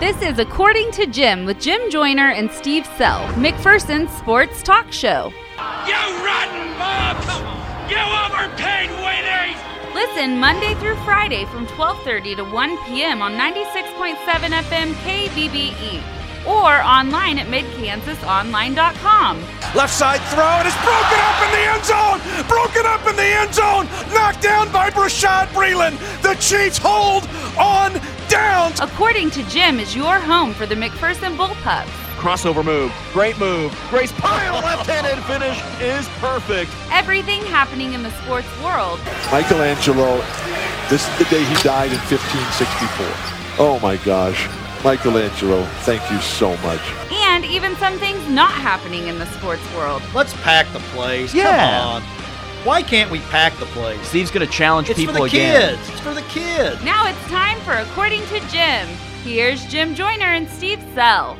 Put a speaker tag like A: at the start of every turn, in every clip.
A: This is According to Jim with Jim Joyner and Steve Sell, McPherson's sports talk show.
B: You rotten mobs! You overpaid winners!
A: Listen Monday through Friday from 12:30 to 1 p.m. on 96.7 FM KBBE E or online at midkansasonline.com.
C: Left side throw, and it's broken up in the end zone! Broken up in the end zone! Knocked down by Brashad Breeland! The Chiefs hold on downs!
A: According to Jim is your home for the McPherson Bullpups.
D: Crossover move. Great move. Grace pile left-handed finish is perfect.
A: Everything happening in the sports world
E: Michelangelo, this is the day he died in 1564. Oh my gosh. Michelangelo, thank you so much.
A: and even some things not happening in the sports world.
F: Let's pack the place.
D: Yeah.
F: Come on. Why can't we pack the place?
D: Steve's going to challenge
F: It's for the
D: people again.
F: kids. It's for the kids.
A: Now it's time for According to Jim. Here's Jim Joyner and Steve Sell.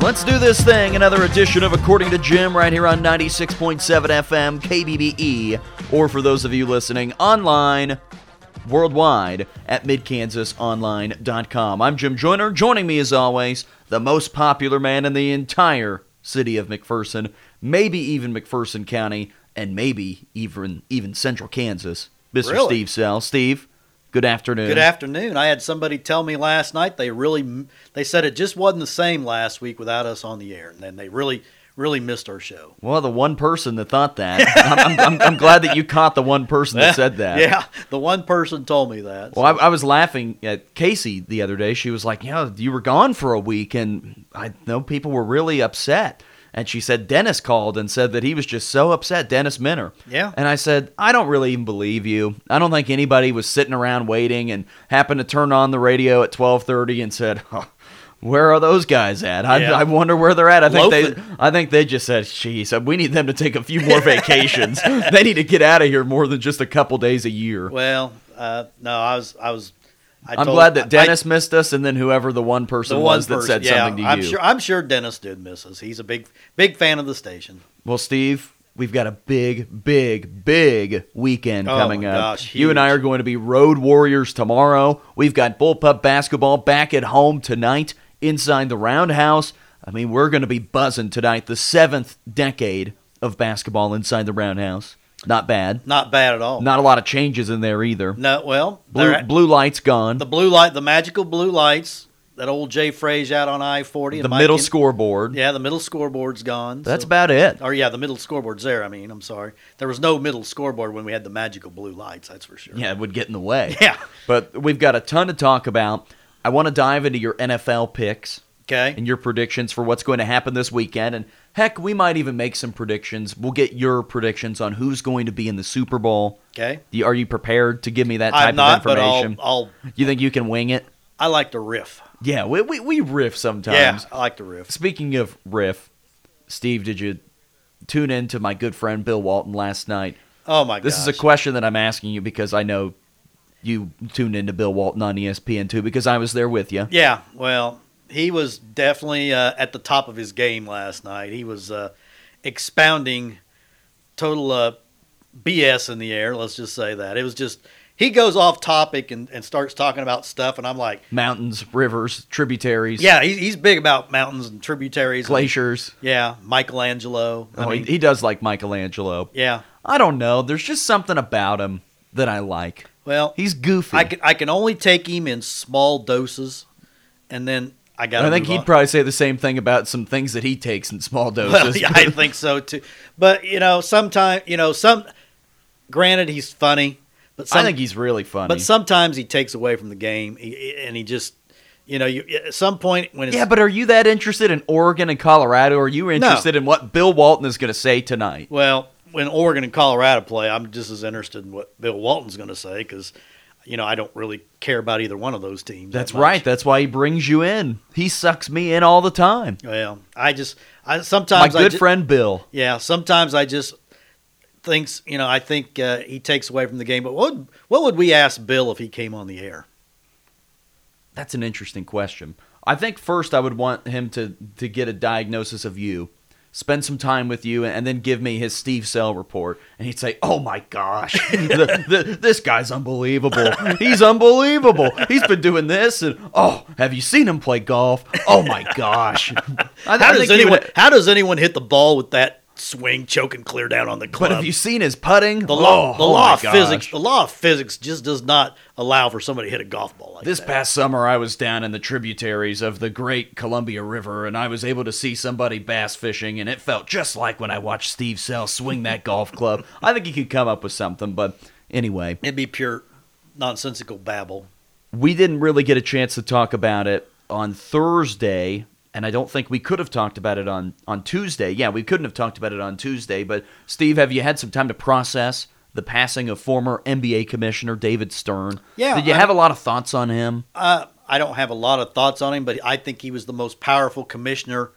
D: Let's do this thing. Another edition of According to Jim right here on 96.7 FM KBBE, E, or for those of you listening online worldwide at midkansasonline.com. I'm Jim Joyner. Joining me, as always, the most popular man in the entire city of McPherson, maybe even McPherson County, and maybe even even central Kansas, Mr.
F: Really?
D: Steve Sell. Steve, good afternoon.
F: Good afternoon. I had somebody tell me last night they really they said it just wasn't the same last week without us on the air, and then they really really missed our show.
D: Well, the one person that thought that. I'm, I'm, I'm, I'm glad that you caught the one person that said that.
F: Yeah, the one person told me that.
D: Well, I, I was laughing at Casey the other day. She was like, "Yeah, you were gone for a week, and I know people were really upset." And she said Dennis called and said that he was just so upset, Dennis Minner.
F: Yeah.
D: And I said, I don't really even believe you. I don't think anybody was sitting around waiting and happened to turn on the radio at twelve thirty and said, huh, "Where are those guys at? I,
F: Yeah.
D: I wonder where they're at." I think they,
F: Loafing.
D: I think they just said, "Geez, we need them to take a few more vacations. they need to get out of here more than just a couple days a year."
F: Well, uh, no, I was I was. I
D: I'm
F: told-
D: glad
F: I-
D: that Dennis missed us, and then whoever the one person was that said
F: yeah,
D: something to
F: I'm
D: you.
F: Sure, I'm sure Dennis did miss us. He's a big big fan of the station.
D: Well, Steve, we've got a big, big, big weekend
F: Oh
D: coming
F: my
D: up.
F: gosh,
D: You and I
F: huge.
D: are going to be Road Warriors tomorrow. We've got bullpup basketball back at home tonight inside the Roundhouse. I mean, we're going to be buzzing tonight. The seventh decade of basketball inside the Roundhouse. Not bad.
F: Not bad at all.
D: Not a lot of changes in there either.
F: no. Well,
D: Blue,
F: they're-
D: blue light's gone.
F: the
D: The,
F: blue light, the magical blue lights. That old Jay Fraze out on I forty. and Mike
D: middle
F: Kin-
D: scoreboard.
F: Yeah, the middle scoreboard's gone.
D: That's
F: so-
D: about it.
F: Or yeah, the middle scoreboard's there. I mean, I'm sorry, there was no middle scoreboard when we had the magical blue lights. That's for sure.
D: Yeah, it would get in the way.
F: Yeah.
D: But we've got a ton to talk about. I want to dive into your NFL picks
F: Okay.
D: and your predictions for what's going to happen this weekend. And heck, we might even make some predictions. We'll get your predictions on who's going to be in the Super Bowl.
F: Okay.
D: Do- Are you prepared to give me that type
F: I'm not,
D: of
F: but I'll,
D: information?
F: I'll.
D: you think you can wing it?
F: I like to riff.
D: Yeah, we, we, we riff sometimes.
F: Yeah, I like to riff.
D: Speaking of riff, Steve, did you tune in to my good friend Bill Walton last night?
F: Oh my god.
D: This is a question that I'm asking you because I know you tuned into Bill Walton on E ESPN too because I was there with you.
F: Yeah, well, he was definitely uh, at the top of his game last night. He was uh, expounding total uh, BS in the air. Let's just say that it was just he goes off topic and, and starts talking about stuff, and I'm like,
D: Mountains, rivers, tributaries,
F: yeah, he's, he's big about mountains and tributaries, and-
D: glaciers.
F: yeah, Michelangelo. I
D: oh, he-
F: mean,
D: he, does like Michelangelo.
F: yeah.
D: I don't know. There's just something about him that I like.
F: Well,
D: He's goofy.
F: I can I can only take him in small doses, and then I got.
D: I think he'd probably say the same thing about some things that he takes in small
F: Well,
D: doses.
F: yeah, I think so too. But you know, sometimes you know, some. Granted, he's funny, but some,
D: I think he's really funny.
F: But sometimes he takes away from the game, he- and he just, you know, you, at some point when it's,
D: yeah, but are you that interested in Oregon and Colorado? Or are you interested in what Bill Walton is going to say tonight?
F: well, when Oregon and Colorado play, I'm just as interested in what Bill Walton's going to say because, you know, I don't really care about either one of those teams. that
D: That's
F: much.
D: right. That's why he brings you in. He sucks me in all the time.
F: Well, I just, I sometimes
D: My
F: I
D: good
F: ju-
D: friend Bill.
F: Yeah, sometimes I just thinks, you know, I think uh, he takes away from the game. But what would- what would we ask Bill if he came on the air?
D: That's an interesting question. I think first I would want him to to get a diagnosis of you spend some time with you, and then give me his Steve Sell report. And he'd say, "Oh my gosh, the, the, this guy's unbelievable. He's unbelievable. He's been doing this, and oh, have you seen him play golf? Oh my gosh." I,
F: How
D: I
F: does
D: think he would-
F: anyone? how does anyone hit the ball with that swing, choking clear down on the club?
D: But have you seen his putting?
F: the law,
D: Oh,
F: the
D: oh
F: law
D: my
F: of physics,
D: gosh.
F: the law of physics just does not allow for somebody to hit a golf ball like
D: This
F: that.
D: past summer, I was down in the tributaries of the great Columbia River, and I was able to see somebody bass fishing, and it felt just like when I watched Steve Sell swing that golf club. I think he could come up with something, but anyway,
F: It'd be pure nonsensical babble.
D: we didn't really get a chance to talk about it on Thursday, and I don't think we could have talked about it on, on Tuesday. Yeah, we couldn't have talked about it on Tuesday, but Steve, have you had some time to process the passing of former NBA Commissioner David Stern?
F: Yeah,
D: Did you
F: I-
D: have a lot of thoughts on him?
F: Uh, I don't have a lot of thoughts on him, but I think he was the most powerful commissioner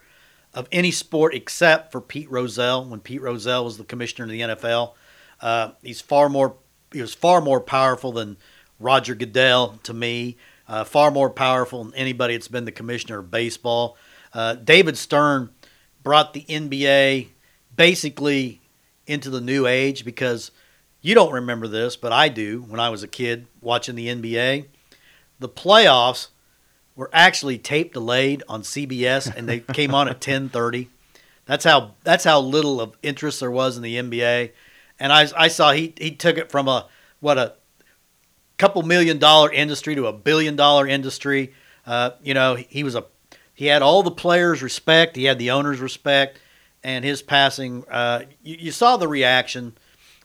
F: of any sport except for Pete Rozelle. When Pete Rozelle was the commissioner of the NFL, uh, he's far more he was far more powerful than Roger Goodell to me. Uh, far more powerful than anybody that's been the commissioner of baseball. Uh, David Stern brought the NBA basically into the new age because you don't remember this, but I do. When I was a kid watching the NBA the playoffs were actually tape delayed on CBS and they came on at 10:30. That's how that's how little of interest there was in the NBA. And I I saw he he took it from a what a couple million dollar industry to a billion dollar industry. Uh, you know, he was a he had all the players' respect, he had the owners' respect, and his passing uh, you, you saw the reaction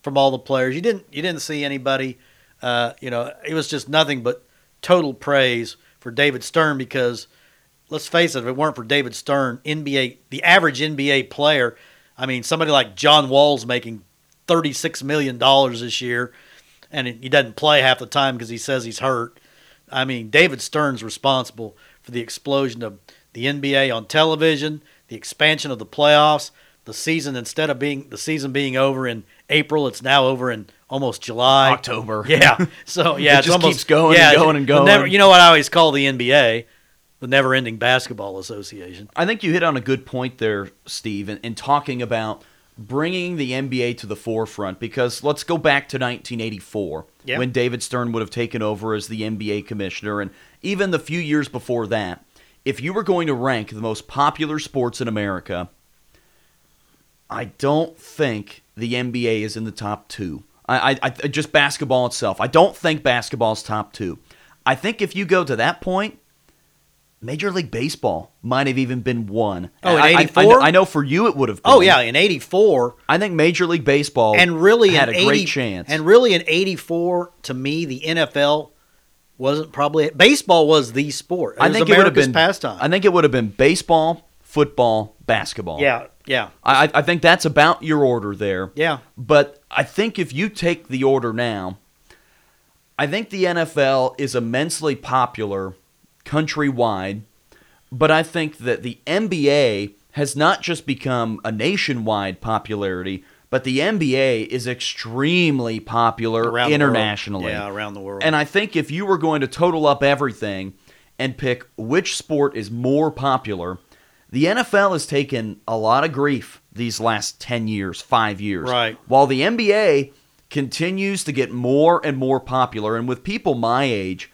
F: from all the players. You didn't you didn't see anybody uh, you know, it was just nothing but total praise for David Stern because let's face it, if it weren't for David Stern, NBA the average NBA player, I mean, somebody like John Wall's making thirty six million dollars this year, and he doesn't play half the time because he says he's hurt. I mean, David Stern's responsible for the explosion of the NBA on television, the expansion of the playoffs, the season instead of being the season being over in April, it's now over in almost July,
D: October.
F: Yeah, so yeah,
D: It
F: it's
D: just
F: almost,
D: keeps going and
F: yeah,
D: going and
F: the never-
D: going.
F: you know what I always call the NBA, the never-ending basketball association.
D: I think you hit on a good point there, Steve, in, in talking about bringing the NBA to the forefront because let's go back to 1984
F: Yeah.
D: when David Stern would have taken over as the NBA commissioner. And even the few years before that, if you were going to rank the most popular sports in America, I don't think the NBA is in the top two. I, I, I just basketball itself. I don't think basketball's top two. I think if you go to that point, Major League Baseball might have even been one.
F: Oh, in
D: I- I- I, know-
F: 84?
D: I, know for you it would have. been.
F: Oh yeah, in '84,
D: I think Major League Baseball
F: and really
D: had
F: in
D: a great
F: 80
D: chance.
F: And really in '84, to me, the NFL wasn't probably baseball was the sport. It
D: I
F: was
D: think it would have
F: America's
D: been
F: pastime.
D: I think it would have been baseball, football, basketball.
F: yeah, yeah,
D: I, I- I think that's about your order there.
F: yeah.
D: But I think if you take the order now, I think the NFL is immensely popular countrywide, but I think that the NBA has not just become a nationwide popularity, but the NBA is extremely popular
F: Around the world.
D: internationally.
F: yeah, around the world.
D: And I think if you were going to total up everything and pick which sport is more popular, the NFL has taken a lot of grief these last 10 years, five years.
F: Right.
D: While the NBA continues to get more and more popular. And with people my age,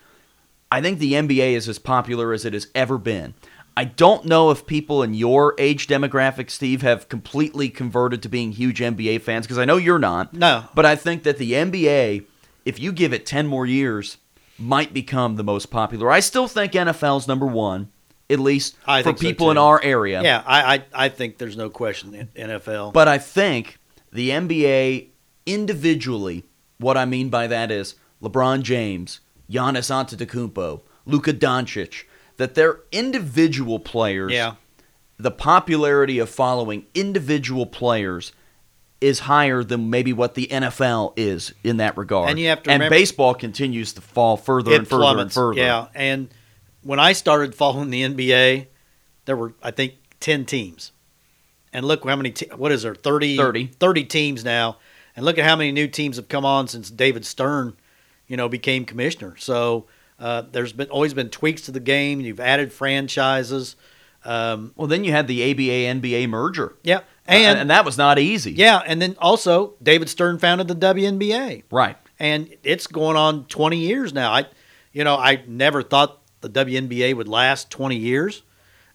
D: I think the NBA is as popular as it has ever been. I don't know if people in your age demographic, Steve, have completely converted to being huge NBA fans because I know you're not.
F: No.
D: But I think that the NBA, if you give it 10 more years, might become the most popular. I still think NFL's number one, at least
F: I
D: for
F: think so,
D: people in
F: too.
D: our area.
F: yeah, I, I I think there's no question in NFL.
D: But I think the NBA individually, what I mean by that is LeBron James, Giannis Antetokounmpo, Luka Doncic, that they're individual players.
F: yeah,
D: The popularity of following individual players is higher than maybe what the NFL is in that regard.
F: And you have to remember-
D: baseball continues to fall further and further and
F: plummets,
D: further.
F: Yeah, and when I started following the NBA, there were I think ten teams, and look how many. Te- what is there? 30,
D: 30.
F: 30 teams now, and look at how many new teams have come on since David Stern, you know, became commissioner. So uh, there's been always been tweaks to the game. You've added franchises. Um,
D: Well, then you had the ABA NBA merger,
F: yeah,
D: and,
F: and,
D: Uh, and that was not easy.
F: yeah, and then also David Stern founded the WNBA,
D: right.
F: and it's going on 20 years now. I, you know, I never thought the WNBA would last 20 years,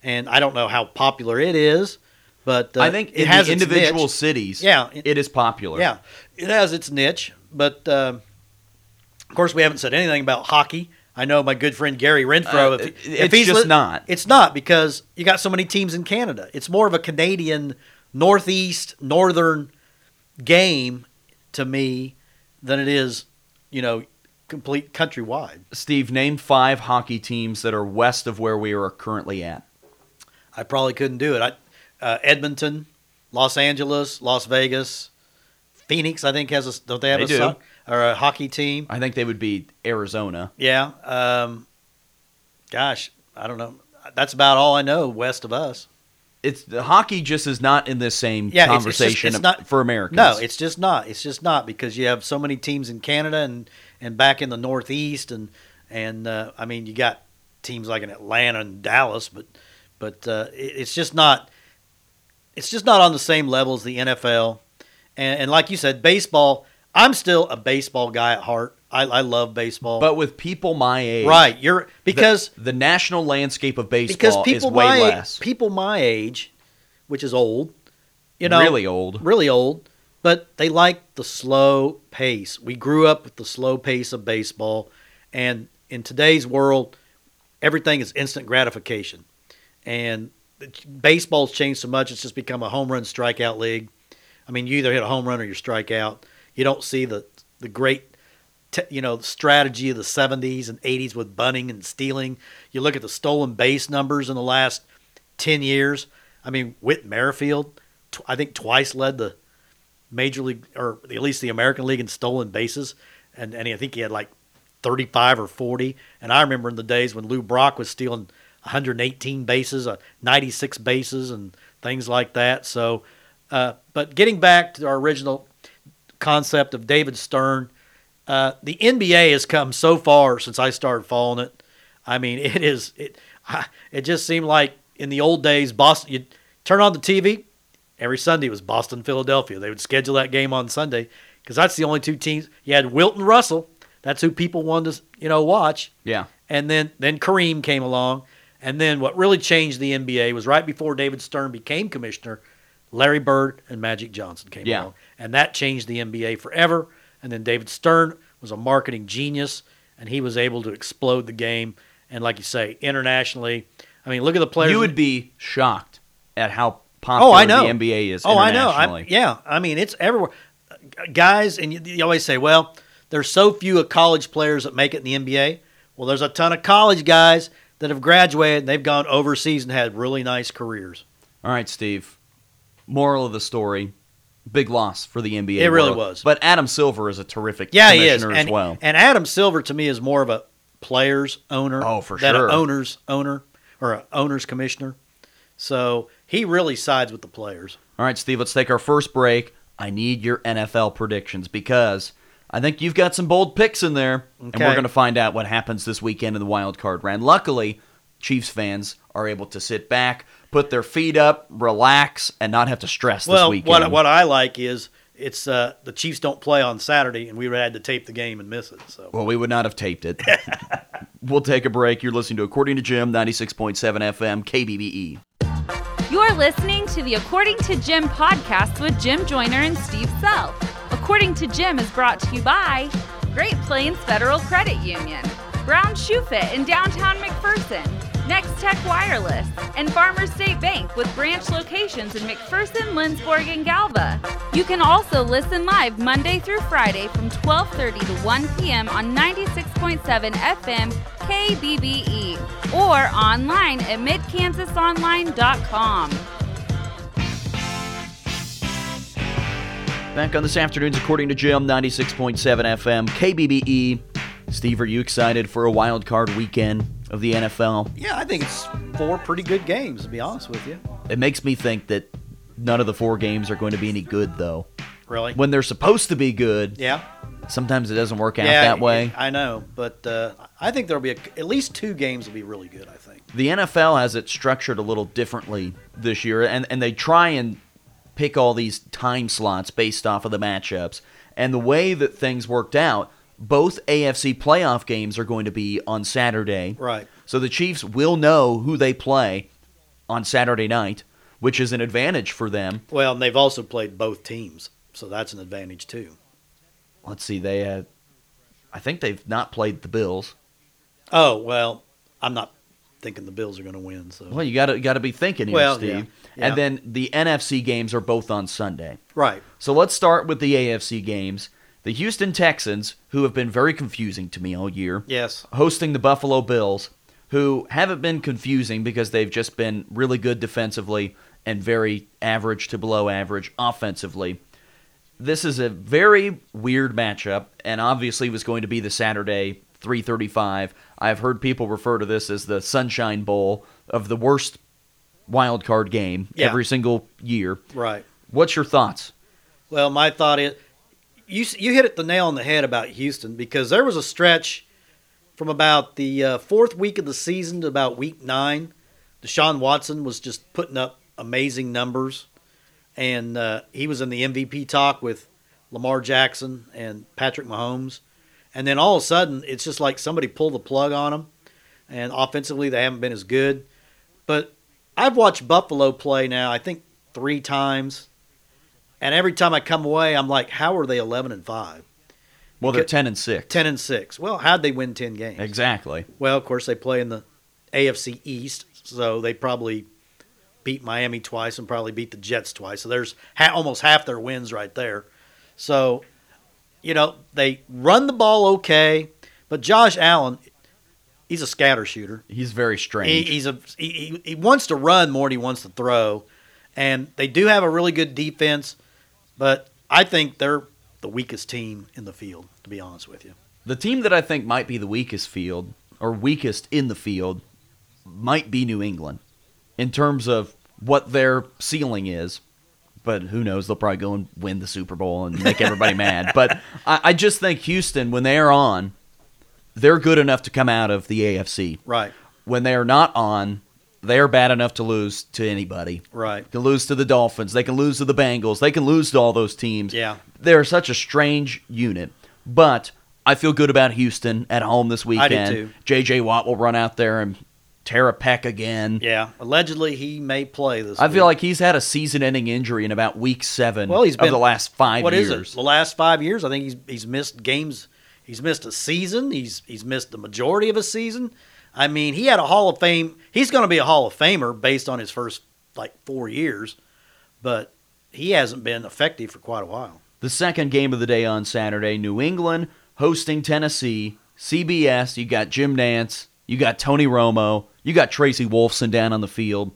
F: and I don't know how popular it is, but uh,
D: I think
F: it
D: in
F: has
D: the
F: its
D: individual
F: niche.
D: cities,
F: Yeah.
D: it is popular.
F: Yeah, it has its niche, but um of course we haven't said anything about hockey. I know my good friend Gary Renfro.
D: Uh,
F: if,
D: it-
F: if
D: it's
F: he's
D: just not.
F: It's not because you got so many teams in Canada. It's more of a Canadian northeast northern game to me than it is, you know, complete countrywide.
D: Steve, name five hockey teams that are west of where we are currently at.
F: I probably couldn't do it. I, uh, Edmonton, Los Angeles, Las Vegas, Phoenix. I think has a don't they have
D: They
F: a
D: do.
F: soc- or a hockey team?
D: I think they would be Arizona.
F: Yeah. Um, gosh, I don't know. That's about all I know west of us.
D: It's the hockey just is not in this same
F: Yeah, it's- it's just-
D: conversation
F: it's not-
D: for Americans.
F: No, it's just not. It's just not because you have so many teams in Canada and, and back in the Northeast and and uh, I mean you got teams like in Atlanta and Dallas, but but uh, it, it's just not. It's just not on the same level as the NFL, and, and like you said, baseball. I'm still a baseball guy at heart. I, I love baseball.
D: but with people my age,
F: right, you're
D: the-
F: because
D: the, national landscape of
F: because
D: baseball is
F: people
D: way
F: my
D: less.
F: people my age, which is old, you know,
D: really old.
F: really old, but they like the slow pace. We grew up with the slow pace of baseball, and in today's world, everything is instant gratification, and baseball's changed so much. It's just become a home run strikeout league. I mean, you either hit a home run or you strike out. You don't see the the great, te- you know, strategy of the '70s and '80s with bunting and stealing. You look at the stolen base numbers in the last ten years. I mean, Whit Merrifield, tw- I think twice led the major league or at least the American League in stolen bases, and and I think he had like 35 or 40. And I remember in the days when Lou Brock was stealing 118 bases, uh, 96 bases, and things like that. So, uh, but getting back to our original concept of David Stern, uh, the NBA has come so far since I started following it. I mean, it is it. I, it just seemed like in the old days, Boston. You turn on the TV every Sunday was Boston Philadelphia. They would schedule that game on Sunday because that's the only two teams. You had Wilton Russell. That's who people wanted to you know watch.
D: Yeah,
F: And then then Kareem came along. And then what really changed the NBA was right before David Stern became commissioner, Larry Bird and Magic Johnson came
D: Yeah.
F: along. And that changed the NBA forever. And then David Stern was a marketing genius and he was able to explode the game and like you say, internationally. I mean, look at the players.
D: you
F: in-
D: would be shocked at how popular
F: I know.
D: the NBA is.
F: Oh, I know. I,
D: internationally.
F: yeah, I mean it's everywhere. G- Guys, and you, you always say, well, there's so few of college players that make it in the NBA. Well, there's a ton of college guys that have graduated and they've gone overseas and had really nice careers.
D: All right, Steve. Moral of the story: big loss for the NBA.
F: It really
D: world.
F: was.
D: But Adam Silver is a terrific
F: Yeah, he is.
D: commissioner
F: And,
D: as well.
F: and Adam Silver to me is more of a players owner.
D: Oh, for
F: than
D: sure.
F: An owners owner or an owners commissioner. So he really sides with the players.
D: All right, Steve. Let's take our first break. I need your NFL predictions because I think you've got some bold picks in there, and we're
F: Okay.
D: going to find out what happens this weekend in the wild card round. Luckily, Chiefs fans are able to sit back, put their feet up, relax, and not have to stress
F: well,
D: this weekend.
F: what what I like is it's uh, the Chiefs don't play on Saturday, and we had to tape the game and miss it. So
D: Well, we would not have taped it. we'll take a break. You're listening to According to Jim, 96.7 FM, KBBE.
A: You're listening to the According to Jim podcast with Jim Joyner and Steve Self. According to Jim is brought to you by Great Plains Federal Credit Union, Brown Shoe Fit in downtown McPherson, Next Tech Wireless, and Farmers State Bank with branch locations in McPherson, Lindsborg, and Galva. You can also listen live Monday through Friday from 12:30 to 1 p.m. on 96.7 FM KBBE E or online at midkansasonline.com.
D: Back on this afternoon's According to Jim, 96.7 FM, KBBE. E. Steve, are you excited for a wild card weekend of the NFL?
F: Yeah, I think it's four pretty good games, to be honest with you.
D: It makes me think that none of the four games are going to be any good, though.
F: Really?
D: When they're supposed to be good,
F: yeah.
D: Sometimes it doesn't work out
F: yeah,
D: that way.
F: I know, but uh, I think there'll be a, at least two games will be really good. I think.
D: the NFL has it structured a little differently this year, and, and they try and pick all these time slots based off of the matchups. And the way that things worked out, both AFC playoff games are going to be on Saturday.
F: Right.
D: So the Chiefs will know who they play on Saturday night, which is an advantage for them.
F: Well, and they've also played both teams, so that's an advantage too.
D: Let's see, they had, I think they've not played the Bills.
F: Oh well, I'm not thinking the Bills are going to win. So
D: Well, you got to got to be thinking here,
F: Well,
D: Steve.
F: yeah, yeah.
D: And then the NFC games are both on Sunday.
F: right,
D: So let's start with the AFC games. The Houston Texans, who have been very confusing to me all year,
F: yes,
D: hosting the Buffalo Bills, who haven't been confusing because they've just been really good defensively and very average to below average offensively. This is a very weird matchup and obviously was going to be the Saturday 335. I've heard people refer to this as the Sunshine Bowl of the worst wild card game
F: Yeah.
D: every single year.
F: right.
D: What's your thoughts?
F: Well, my thought is, you you hit it the nail on the head about Houston because there was a stretch from about the uh, fourth week of the season to about week nine. Deshaun Watson was just putting up amazing numbers, and uh, he was in the MVP talk with Lamar Jackson and Patrick Mahomes. And then all of a sudden, it's just like somebody pulled the plug on him, and offensively they haven't been as good. But I've watched Buffalo play now, I think three times. And every time I come away, I'm like, how are they 11 and 5?
D: Well, they're
F: Ca-
D: 10 and 6.
F: 10 and 6. Well, how'd they win 10 games?
D: Exactly.
F: Well, of course, they play in the AFC East, so they probably beat Miami twice and probably beat the Jets twice. So there's ha- almost half their wins right there. So, you know, they run the ball okay, but Josh Allen, he's a scatter shooter.
D: He's very
F: He,
D: strange.
F: he's a he, he- he wants to run more than he wants to throw, and they do have a really good defense, but I think they're the weakest team in the field. To be honest with you,
D: the team that I think might be the weakest field or weakest in the field might be New England in terms of what their ceiling is. But who knows? They'll probably go and win the Super Bowl and make everybody mad. But I, I just think Houston, when they are on, they're good enough to come out of the AFC.
F: right,
D: When they are not on, they are bad enough to lose to anybody.
F: right,
D: They can lose to the Dolphins. They can lose to the Bengals. They can lose to all those teams.
F: Yeah.
D: They're such a strange unit. But I feel good about Houston at home this weekend.
F: do too.
D: JJ Watt will run out there and tear a peck again.
F: yeah. Allegedly, he may play this.
D: I feel
F: week.
D: like he's had a season ending injury in about week seven
F: well, he's
D: of
F: been
D: the last five
F: What
D: years.
F: is it? The last five years, I think he's he's missed games. He's missed a season. He's he's missed the majority of a season. I mean, he had a Hall of Fame. He's going to be a Hall of Famer based on his first like four years, but he hasn't been effective for quite a while.
D: The second game of the day on Saturday, New England hosting Tennessee, CBS. You got Jim Nance, you got Tony Romo, you got Tracy Wolfson down on the field.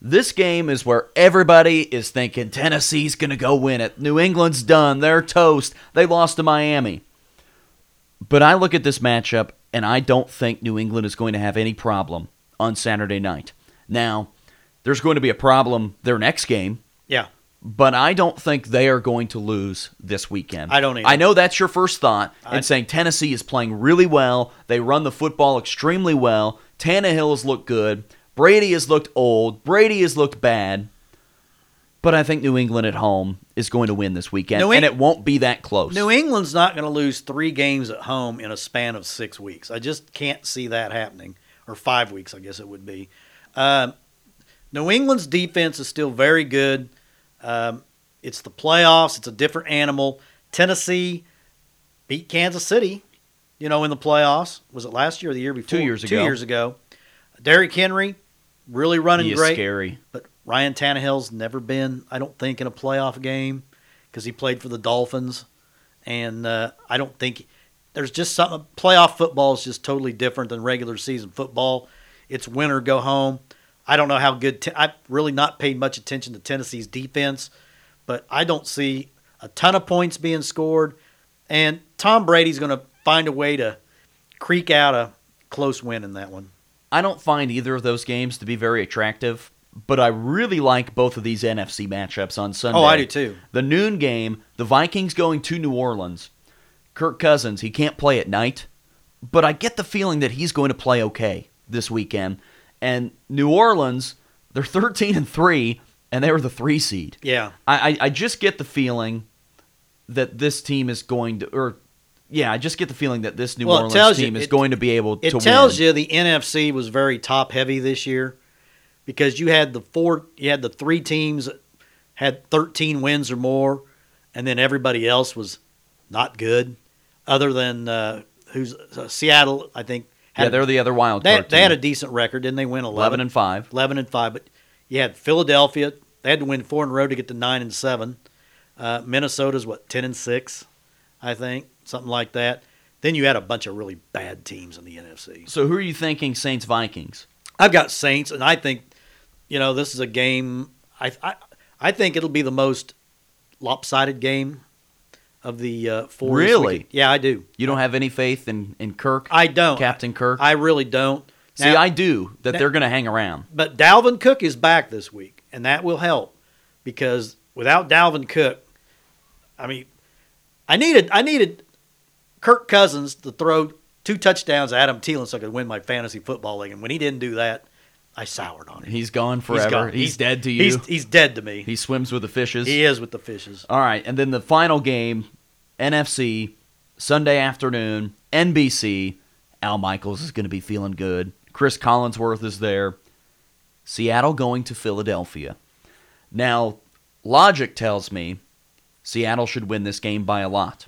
D: This game is where everybody is thinking Tennessee's going to go win it. New England's done. They're toast. They lost to Miami. But I look at this matchup and I don't think New England is going to have any problem on Saturday night. Now, there's going to be a problem their next game
F: Yeah,
D: but I don't think they are going to lose this weekend.
F: I don't either.
D: I know that's your first thought,
F: I-
D: and saying Tennessee is playing really well. They run the football extremely well. Tannehill has looked good. Brady has looked old. Brady has looked bad. But I think New England at home is going to win this weekend,
F: New
D: and
F: Eng-
D: it won't be that close.
F: New England's not going to lose three games at home in a span of six weeks. I just can't see that happening, or five weeks, I guess it would be. Um, New England's defense is still very good. Um, it's the playoffs, it's a different animal. Tennessee beat Kansas City, you know, in the playoffs. Was it last year or the year before?
D: Two years
F: Two
D: ago.
F: years ago. Derrick Henry, really running
D: He is
F: great.
D: scary.
F: But Ryan Tannehill's never been, I don't think, in a playoff game because he played for the Dolphins, and uh, I don't think there's just something. Playoff football is just totally different than regular season football. It's win or go home. I don't know how good. Te- I've really not paid much attention to Tennessee's defense, but I don't see a ton of points being scored, and Tom Brady's going to find a way to creak out a close win in that one.
D: I don't find either of those games to be very attractive, but I really like both of these NFC matchups on Sunday.
F: Oh, I do too.
D: The noon game, the Vikings going to New Orleans. Kirk Cousins, he can't play at night, but I get the feeling that he's going to play okay this weekend. And New Orleans, they're 13 and 3, and they were the three seed.
F: Yeah.
D: I, I, I just get the feeling that this team is going to, or yeah, I just get the feeling that this New
F: Well, it
D: Orleans
F: tells you-
D: team is
F: it-
D: going to be able
F: It
D: to
F: tells
D: win.
F: you the NFC was very top heavy this year because you had the four, you had the three teams that had 13 wins or more, and then everybody else was not good, other than uh, who's uh, Seattle. I think
D: Yeah,
F: had
D: they're the other wild
F: they,
D: card.
F: they had a
D: team.
F: decent record, didn't they? Win 11,
D: 11 and 5.
F: 11 and five, but you had Philadelphia. They had to win four in a row to get to nine and seven. Uh, Minnesota's what ten and six, I think, something like that. Then you had a bunch of really bad teams in the NFC.
D: So who are you thinking Saints Vikings?
F: I've got Saints, and I think, you know, this is a game. I I, I think it'll be the most lopsided game of the uh, four. this
D: Really?
F: weekend. Yeah, I do.
D: You don't have any faith in, in Kirk?
F: I don't.
D: Captain Kirk?
F: I really don't.
D: See,
F: Now-
D: I do, that
F: Now-
D: they're going to hang around.
F: But Dalvin Cook is back this week, and that will help because without Dalvin Cook, I mean, I needed I needed Kirk Cousins to throw two touchdowns at Adam Thielen so I could win my fantasy football league, and when he didn't do that, I soured on him.
D: He's gone
F: He's
D: forever. He's,
F: gone.
D: dead to you.
F: He's, he's dead to me.
D: he swims with the fishes.
F: he is with the fishes.
D: All right, and then the final game, NFC, Sunday afternoon, NBC. Al Michaels is going to be feeling good. Chris Collinsworth is there. Seattle going to Philadelphia. Now, logic tells me Seattle should win this game by a lot.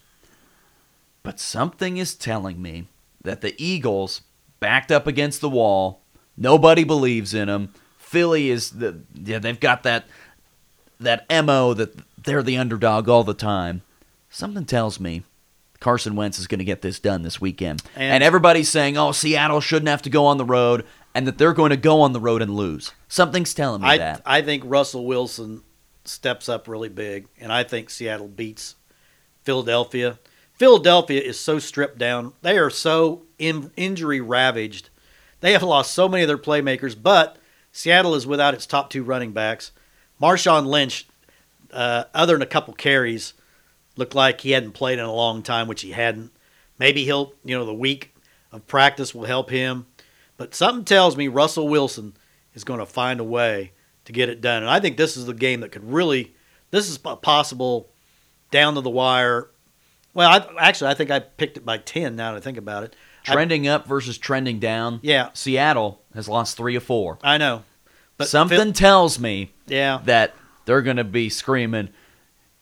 D: But something is telling me that the Eagles backed up against the wall. Nobody believes in them. Philly is the yeah, they've got that that mo that they're the underdog all the time. Something tells me Carson Wentz is going to get this done this weekend. And,
F: And-
D: everybody's saying, "Oh, Seattle shouldn't have to go on the road." And that they're going to go on the road and lose. Something's telling me
F: I
D: that.
F: I think Russell Wilson steps up really big, and I think Seattle beats Philadelphia. Philadelphia is so stripped down; they are so in, injury ravaged. They have lost so many of their playmakers, but Seattle is without its top two running backs. Marshawn Lynch, uh, other than a couple carries, looked like he hadn't played in a long time, which he hadn't. Maybe he'll, you know, the week of practice will help him. But something tells me Russell Wilson is going to find a way to get it done. And I think this is the game that could really, this is a possible down to the wire. Well, I, actually, I think I picked it by 10 now that I think about it. I-
D: trending up versus trending down.
F: Yeah.
D: Seattle has lost three or four.
F: I know. But
D: Something
F: Phil-
D: tells me
F: yeah.
D: that they're going to be screaming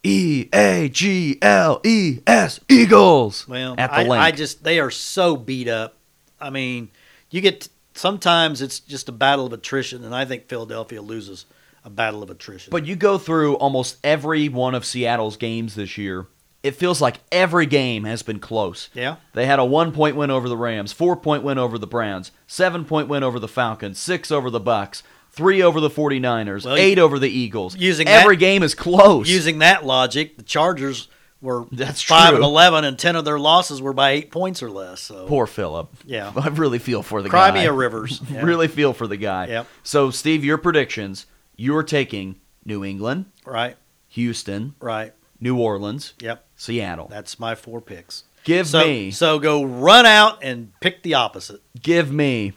D: E A G L E S Eagles
F: Well,
D: at the
F: I,
D: link.
F: I just they are so beat up. I mean, you get sometimes it's just a battle of attrition, and I think Philadelphia loses a battle of attrition.
D: but you go through almost every one of Seattle's games this year. It feels like every game has been close.
F: yeah,
D: They had a one point win over the Rams, four point win over the Browns, seven point win over the Falcons, six over the Bucks, three over the 49ers,
F: Well, you-
D: eight over the Eagles.
F: using
D: every
F: that-
D: game is close.
F: using that logic, the Chargers were
D: That's
F: five
D: true.
F: and eleven, and ten of their losses were by eight points or less. So
D: Poor Philip.
F: Yeah.
D: I really feel for the guy.
F: Crimea Rivers yeah.
D: Really feel for the guy.
F: Yep.
D: So, Steve, your predictions you're taking New England,
F: right,
D: Houston,
F: right,
D: New Orleans,
F: yep.
D: Seattle.
F: That's my four picks.
D: Give
F: so,
D: me,
F: so go run out and pick the opposite.
D: give me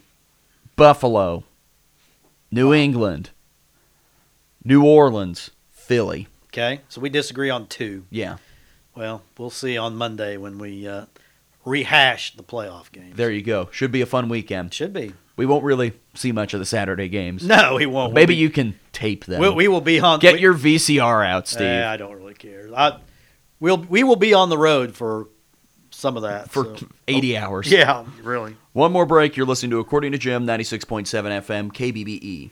D: Buffalo, New
F: Uh-huh.
D: England, New Orleans, Philly.
F: Okay, so we disagree on two.
D: Yeah.
F: Well, we'll see on Monday when we uh, rehash the playoff games.
D: There you go. Should be a fun weekend.
F: should be.
D: We won't really see much of the Saturday games.
F: No, we won't.
D: Maybe
F: We'll
D: you can tape them.
F: be- We'll, we will be on.
D: Get
F: we-
D: your VCR out, Steve.
F: Eh, I don't really care. I, we'll we will be on the road for some of that.
D: for
F: so.
D: 80 hours.
F: yeah, really.
D: One more break. You're listening to According to Jim, 96.7 FM, KBBE.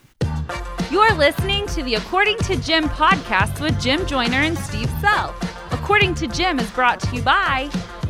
A: You're listening to the According to Jim podcast with Jim Joyner and Steve Self. According to Jim is brought to you by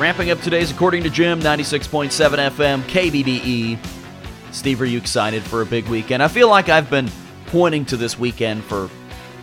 D: Ramping up today's According to Jim, 96.7 FM, KBBE. E. Steve, are you excited for a big weekend? I feel like I've been pointing to this weekend for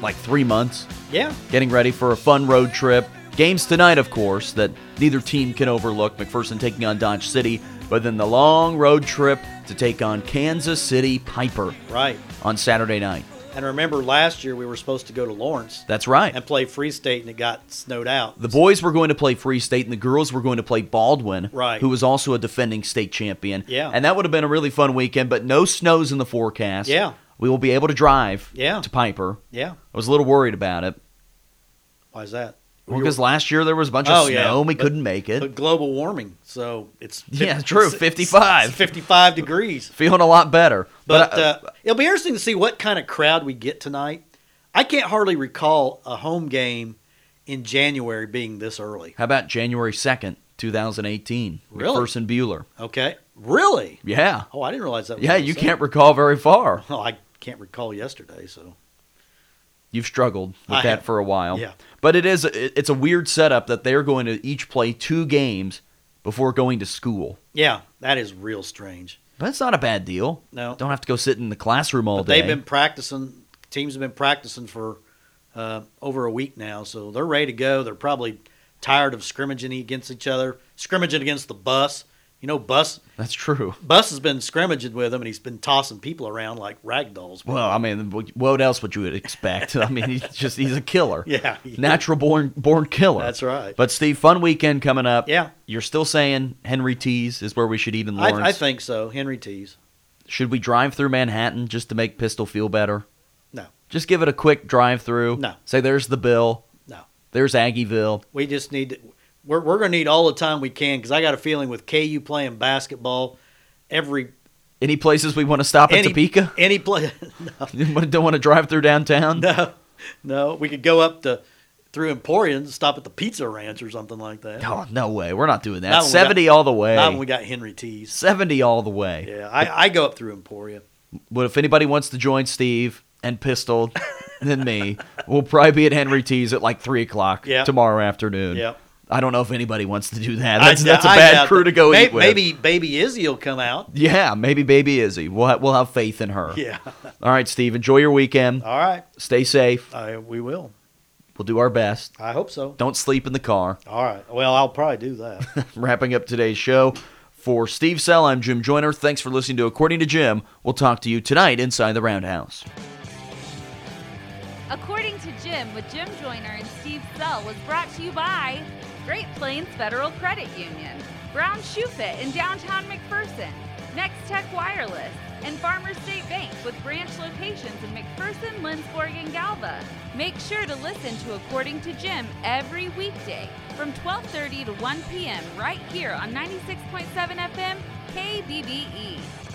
D: like three months,
F: Yeah.
D: getting ready for a fun road trip. Games tonight, of course, that neither team can overlook. McPherson taking on Dodge City, but then the long road trip to take on Kansas City Piper
F: Right.
D: on Saturday night.
F: And remember last year we were supposed to go to Lawrence
D: That's right.
F: and play Free State and it got snowed out.
D: The boys were going to play Free State, and the girls were going to play Baldwin,
F: Right.
D: who was also a defending state champion.
F: Yeah.
D: and that would have been a really fun weekend, but no snows in the forecast.
F: Yeah.
D: we will be able to drive.
F: Yeah.
D: to Piper.
F: yeah.
D: I was a little worried about it
F: Why is that?
D: because last year there was a bunch of
F: Oh,
D: snow
F: yeah,
D: and we
F: but-
D: couldn't make it.
F: But global warming, so it's
D: Yeah, true, 55.
F: 55 degrees.
D: Feeling a lot better,
F: But
D: I-
F: uh, it'll be interesting to see what kind of crowd we get tonight. I can't hardly recall a home game in January being this early.
D: how about January second, two thousand eighteen?
F: Really?
D: McPherson Bueller.
F: Okay, really?
D: Yeah,
F: Oh, I didn't realize that. was
D: yeah.
F: on
D: You
F: Sunday.
D: can't recall very far.
F: Oh, I can't recall yesterday. So
D: You've struggled with
F: I
D: that
F: have.
D: for a while.
F: Yeah.
D: But it is it- it's a weird setup that they're going to each play two games before going to school.
F: yeah, that is real strange.
D: But it's not a bad deal.
F: No,
D: Don't have to go sit in the classroom all
F: but
D: day.
F: they've been practicing. Teams have been practicing for uh, over a week now, so they're ready to go. They're probably tired of scrimmaging against each other, scrimmaging against the bus. You know, bus
D: That's true.
F: Bus has been scrimmaging with him, and he's been tossing people around like rag dolls.
D: Well, I mean, what- what else would you expect? I mean, he's just he's a killer.
F: yeah, he-
D: Natural born born killer.
F: That's right.
D: But Steve, fun weekend coming up.
F: Yeah.
D: You're still saying Henry T's is where we should eat in Lawrence.
F: I, I think so. Henry Tees.
D: should we drive through Manhattan just to make Pistol feel better?
F: No.
D: Just give it a quick drive through.
F: No.
D: Say there's the bill.
F: No.
D: There's Aggieville.
F: We just need. To, we're we're gonna need all the time we can because I got a feeling with KU playing basketball, every
D: Any places we want to stop at
F: any
D: Topeka?
F: any play. No,
D: You don't want to drive through downtown?
F: no, no. We could go up to through Emporium, and stop at the Pizza Ranch or something like that.
D: Oh, no way. We're not doing that.
F: Not when we
D: 70 all the way.
F: Not when we got Henry Tees.
D: 70 all the way.
F: Yeah, I, I go up through Emporia.
D: But if anybody wants to join Steve and Pistol and then me, we'll probably be at Henry T's at like 3 o'clock
F: Yeah.
D: tomorrow afternoon.
F: Yeah.
D: I don't know if anybody wants to do that. That's,
F: I-
D: that's a
F: I
D: bad
F: doubt
D: crew to
F: that.
D: go
F: May-
D: eat with.
F: Maybe Baby Izzy will come out.
D: Yeah, maybe baby Izzy. We'll, ha- we'll have faith in her.
F: Yeah.
D: All right, Steve, enjoy your weekend.
F: All right.
D: Stay safe.
F: I, we will.
D: We'll do our best.
F: I hope so.
D: Don't sleep in the car.
F: All right. Well, I'll probably do that.
D: Wrapping up today's show. For Steve Sell, I'm Jim Joyner. Thanks for listening to According to Jim. We'll talk to you tonight inside the Roundhouse.
A: According to Jim, with Jim Joyner and Steve Sell, was brought to you by Great Plains Federal Credit Union, Brown Shoe Fit in downtown McPherson, Next Tech Wireless, and Farmer State Bank with branch locations in McPherson, Lindsborg, and Galva. Make sure to listen to According to Jim every weekday from 12:30 to 1 p.m. right here on 96.7 FM KBBE.